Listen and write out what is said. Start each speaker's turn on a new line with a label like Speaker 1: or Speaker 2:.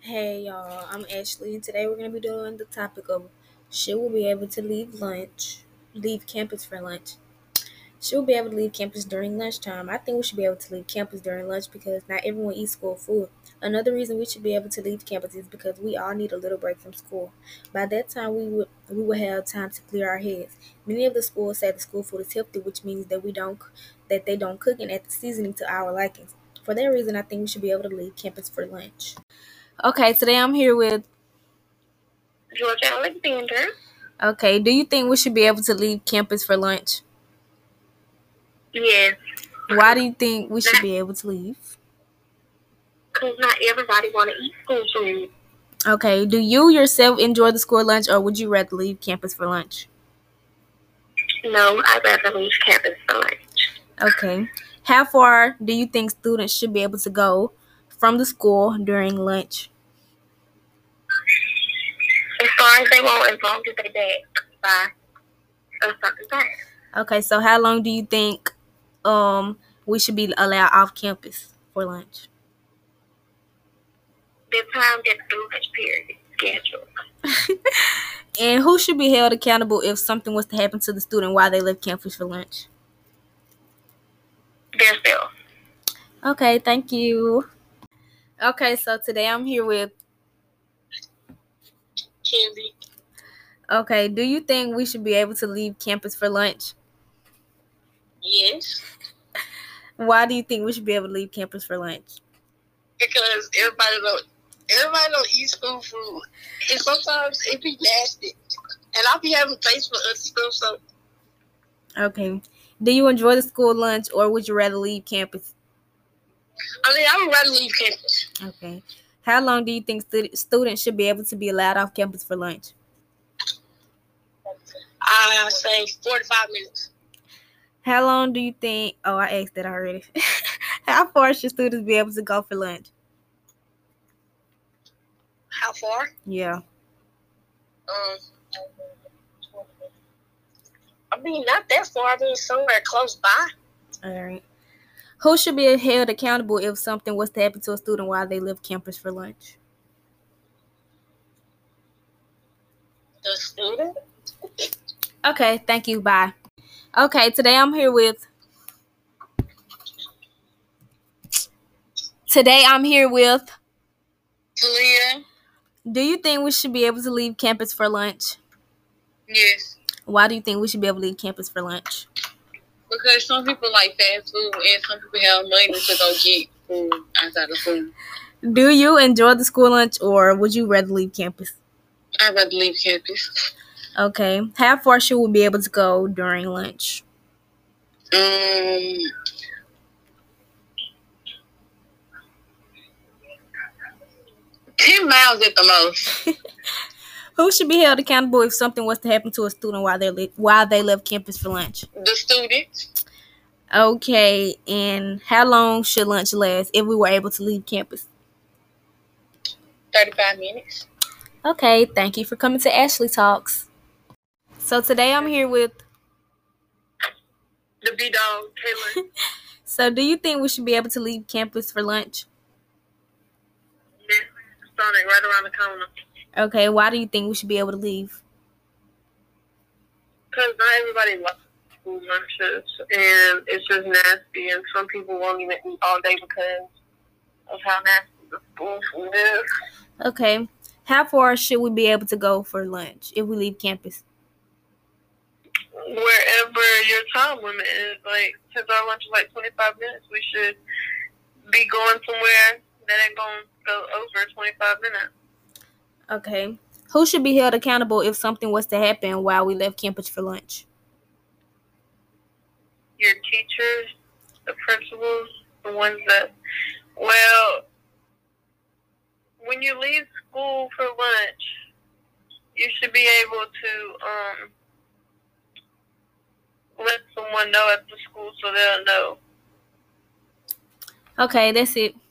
Speaker 1: Hey y'all, I'm Ashley, and today we're gonna be doing the topic of should we be able to leave lunch, leave campus for lunch? Should we be able to leave campus during lunchtime? I think we should be able to leave campus during lunch because not everyone eats school food. Another reason we should be able to leave campus is because we all need a little break from school. By that time, we would we would have time to clear our heads. Many of the schools say the school food is healthy, which means that we don't that they don't cook and add the seasoning to our likings. For that reason, I think we should be able to leave campus for lunch. Okay, today I'm here with.
Speaker 2: Georgia Alexander.
Speaker 1: Okay, do you think we should be able to leave campus for lunch?
Speaker 2: Yes,
Speaker 1: Why do you think we should
Speaker 2: not
Speaker 1: be able to leave?
Speaker 2: because not everybody want to eat school food.
Speaker 1: Okay, do you yourself enjoy the school lunch or would you rather leave campus for lunch?
Speaker 2: No, I'd rather leave campus for lunch.
Speaker 1: Okay, how far do you think students should be able to go from the school during lunch?
Speaker 2: As far as they want, as long as they back by a certain time.
Speaker 1: Okay, so how long do you think um we should be allowed off campus for lunch?
Speaker 2: The time that the lunch period is scheduled.
Speaker 1: And who should be held accountable if something was to happen to the student while they left campus for lunch?
Speaker 2: Their self.
Speaker 1: Okay, thank you. Okay, so today I'm here with
Speaker 2: Kenzie.
Speaker 1: Okay, do you think we should be able to leave campus for lunch?
Speaker 2: Yes.
Speaker 1: Why do you think we should be able to leave campus for lunch?
Speaker 2: Because everybody don't everybody don't eat school food. And sometimes it be nasty. And I'll be having place for us school so
Speaker 1: Okay. Do you enjoy the school lunch or would you rather leave campus?
Speaker 2: I mean I would rather leave campus.
Speaker 1: Okay. How long do you think stud- students should be able to be allowed off campus for lunch?
Speaker 2: I say four to five minutes.
Speaker 1: How long do you think? Oh, I asked that already. How far should students be able to go for lunch?
Speaker 2: How far?
Speaker 1: Yeah.
Speaker 2: Um, I mean, not that far. I mean, somewhere close by.
Speaker 1: All right. Who should be held accountable if something was to happen to a student while they left campus for lunch?
Speaker 2: The student?
Speaker 1: Okay. Thank you. Bye. Okay. Today I'm here with. Today I'm here with.
Speaker 2: Talia?
Speaker 1: Do you think we should be able to leave campus for lunch?
Speaker 2: Yes.
Speaker 1: Why do you think we should be able to leave campus for lunch?
Speaker 2: Because some people like fast food and some people have money to go get food outside of food.
Speaker 1: Do you enjoy the school lunch or would you rather leave campus?
Speaker 2: I'd rather leave campus.
Speaker 1: Okay. How far should we be able to go during lunch?
Speaker 2: Um, ten miles at the most.
Speaker 1: Who should be held accountable if something was to happen to a student while they le- while they left campus for lunch?
Speaker 2: The students?
Speaker 1: Okay, and how long should lunch last if we were able to leave campus?
Speaker 2: Thirty-five minutes.
Speaker 1: Okay, thank you for coming to Ashley Talks. So today I'm here with
Speaker 2: The B dog Taylor.
Speaker 1: So do you think we should be able to leave campus for lunch?
Speaker 2: Miss Sonic right around the corner.
Speaker 1: Okay, why do you think we should be able to leave?
Speaker 2: Because not everybody loves school lunches, and it's just nasty, and some people won't even eat all day because of how nasty the school food is.
Speaker 1: Okay, how far should we be able to go for lunch if we leave campus?
Speaker 2: Wherever your time limit is, like, since our lunch is like 25 minutes, we should be going somewhere that ain't going to go over 25 minutes.
Speaker 1: Okay, who should be held accountable if something was to happen while we left campus for lunch?
Speaker 2: Your teachers, the principals, the ones that, well, when you leave school for lunch, you should be able to, um, let someone know at the school so they'll know.
Speaker 1: Okay, that's it.